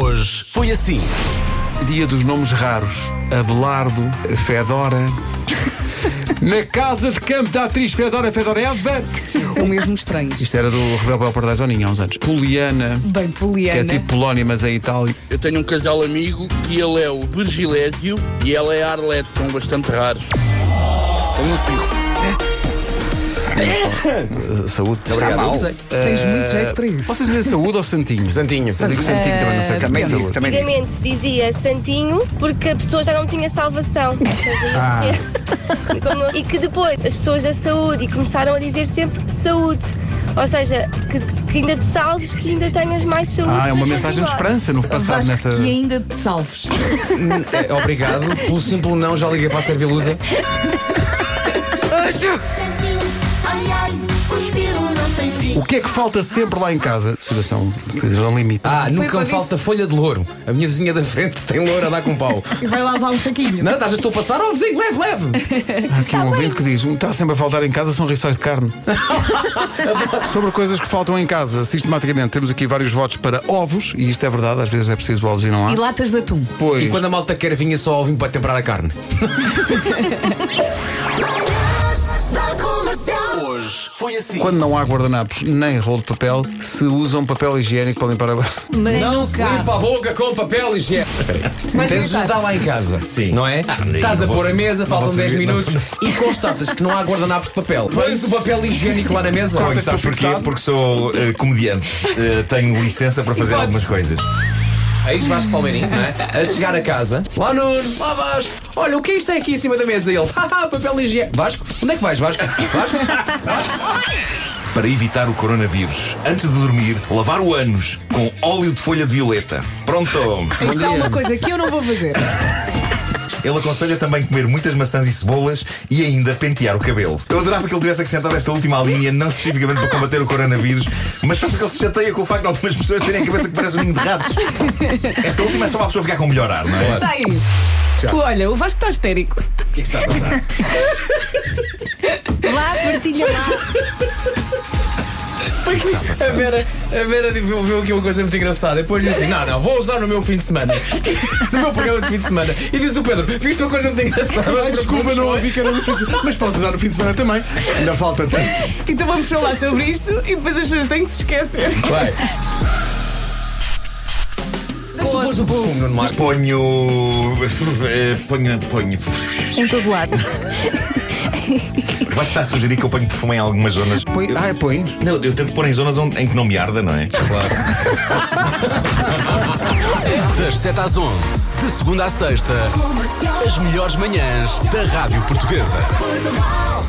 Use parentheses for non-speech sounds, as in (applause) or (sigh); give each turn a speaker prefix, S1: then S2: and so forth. S1: Hoje foi assim.
S2: Dia dos nomes raros. Abelardo,
S1: (laughs)
S2: Fedora. Na casa de campo da atriz Fedora Fedoreva.
S3: São mesmo estranhos.
S2: Isto era do Rebel Bel Pardais ao Ninho há uns anos. Poliana,
S3: Bem,
S2: que é
S3: Poliana.
S2: tipo Polónia, mas é Itália.
S4: Eu tenho um casal amigo que ele é o Virgilésio e ela é a Arlete, são bastante raros. Tenho um espirro.
S2: Eh, Saúde.
S5: Está mal.
S3: Tens muito
S2: eh,
S3: jeito para isso.
S2: Posso dizer saúde ou santinho?
S5: Santinho.
S2: Eu digo santinho também, não sei o que é
S5: Também
S2: que é
S5: digo,
S2: saúde.
S5: também digo.
S6: Antigamente se dizia santinho porque a pessoa já não tinha salvação. Como- (laughs) e que depois as pessoas da saúde e começaram a dizer sempre saúde. Ou seja, que, que- que ainda te salves, que ainda tenhas mais saúde.
S2: Ah, é uma
S6: para
S2: mensagem de
S6: continuar.
S2: esperança no passado
S3: Vasco,
S2: nessa.
S3: que ainda te salves.
S5: É, Obrigado. Pelo simples não, já liguei para a Servilusa.
S7: santinho, ai ai, o espirro não tem fim.
S2: O que é que falta sempre lá em casa? Situação situação limite.
S5: Ah, nunca
S3: quando
S5: me falta folha de louro. A minha vizinha da frente tem louro a dar com pau.
S3: E vai lá levar um saquinho.
S5: Não, estás, estou a passar, ó vizinho, leve, leve.
S2: Há aqui um ouvinte que diz: "O que está sempre a faltar em casa são rissóis de carne. (laughs) Sobre coisas que faltam em casa, sistematicamente, temos aqui vários votos para ovos, e isto é verdade, às vezes é preciso ovos e não há.
S3: E latas de atum.
S2: Pois,
S5: E quando a malta quer vinha só ao vinho para temperar a carne.
S1: Hoje foi assim.
S2: quando não há guardanapos nem rolo de papel, se usam papel higiênico para limpar a. (laughs)
S3: Mas no carro.
S5: a boca com papel higiênico.
S3: Ah. Mas Ah, no
S5: Tens de jantar
S3: carro.
S5: lá em casa. Sim. Não é?
S8: não
S5: Estás a
S8: vou
S5: pôr a
S8: saber-
S5: mesa,
S8: não
S5: faltam
S8: vou
S5: 10
S8: saber, não-
S5: minutos e constatas que não há guardanapos de papel. Pões o papel higiênico lá na mesa.
S8: Como é que sabes porquê? Porque sou eh, comediante. Eh, tenho licença para fazer algumas coisas.
S5: Aí Vasco Palmeirinho, não é? A chegar a casa. Lá Nuno, lá Vasco. Olha, o que é isto é aqui em cima da mesa? E Ele, haha, papel higiênico. Vasco, onde é que vais, Vasco? Vasco?
S2: (laughs)
S8: Para evitar o coronavírus, antes de dormir, lavar o ânus com óleo de folha de violeta. Pronto!
S3: Isto é uma coisa que eu não vou (laughs) fazer.
S8: Ele aconselha também comer muitas maçãs e cebolas e ainda pentear o cabelo. Eu adorava que ele tivesse acrescentado esta última linha, não especificamente para combater o coronavírus, mas só porque ele se chateia com o facto de algumas pessoas terem a cabeça que parece um ninho de ratos. Esta última é só para a pessoa ficar com melhor ar, não é?
S3: Está Tá aí. Olha, o Vasco está histérico.
S9: Lá, partilha lá.
S5: A Vera, a Vera viu, viu aqui uma coisa muito engraçada. Depois disse assim: Não, não, vou usar no meu fim de semana. (laughs) No meu programa de fim de semana. E diz o Pedro: Viste uma coisa muito engraçada?
S2: Desculpa, não ouvi que era no fim de semana. Mas podes usar no fim de semana também. Ainda falta tanto.
S3: Então vamos falar sobre isto e depois as pessoas têm que se esquecer.
S5: Vai. Tu pôs o perfume, Nuno
S8: Mas
S5: Marco.
S8: ponho. eh, ponho. ponho.
S9: Em todo lado.
S8: Vais estar a sugerir que eu ponho perfume em algumas zonas.
S2: Põe,
S8: Eu,
S2: ah, pões?
S8: não, eu tento pôr em zonas onde- em que não me arda, não é?
S1: Das 7 às 11, de segunda à sexta, as melhores manhãs da Rádio Portuguesa.
S7: Portugal.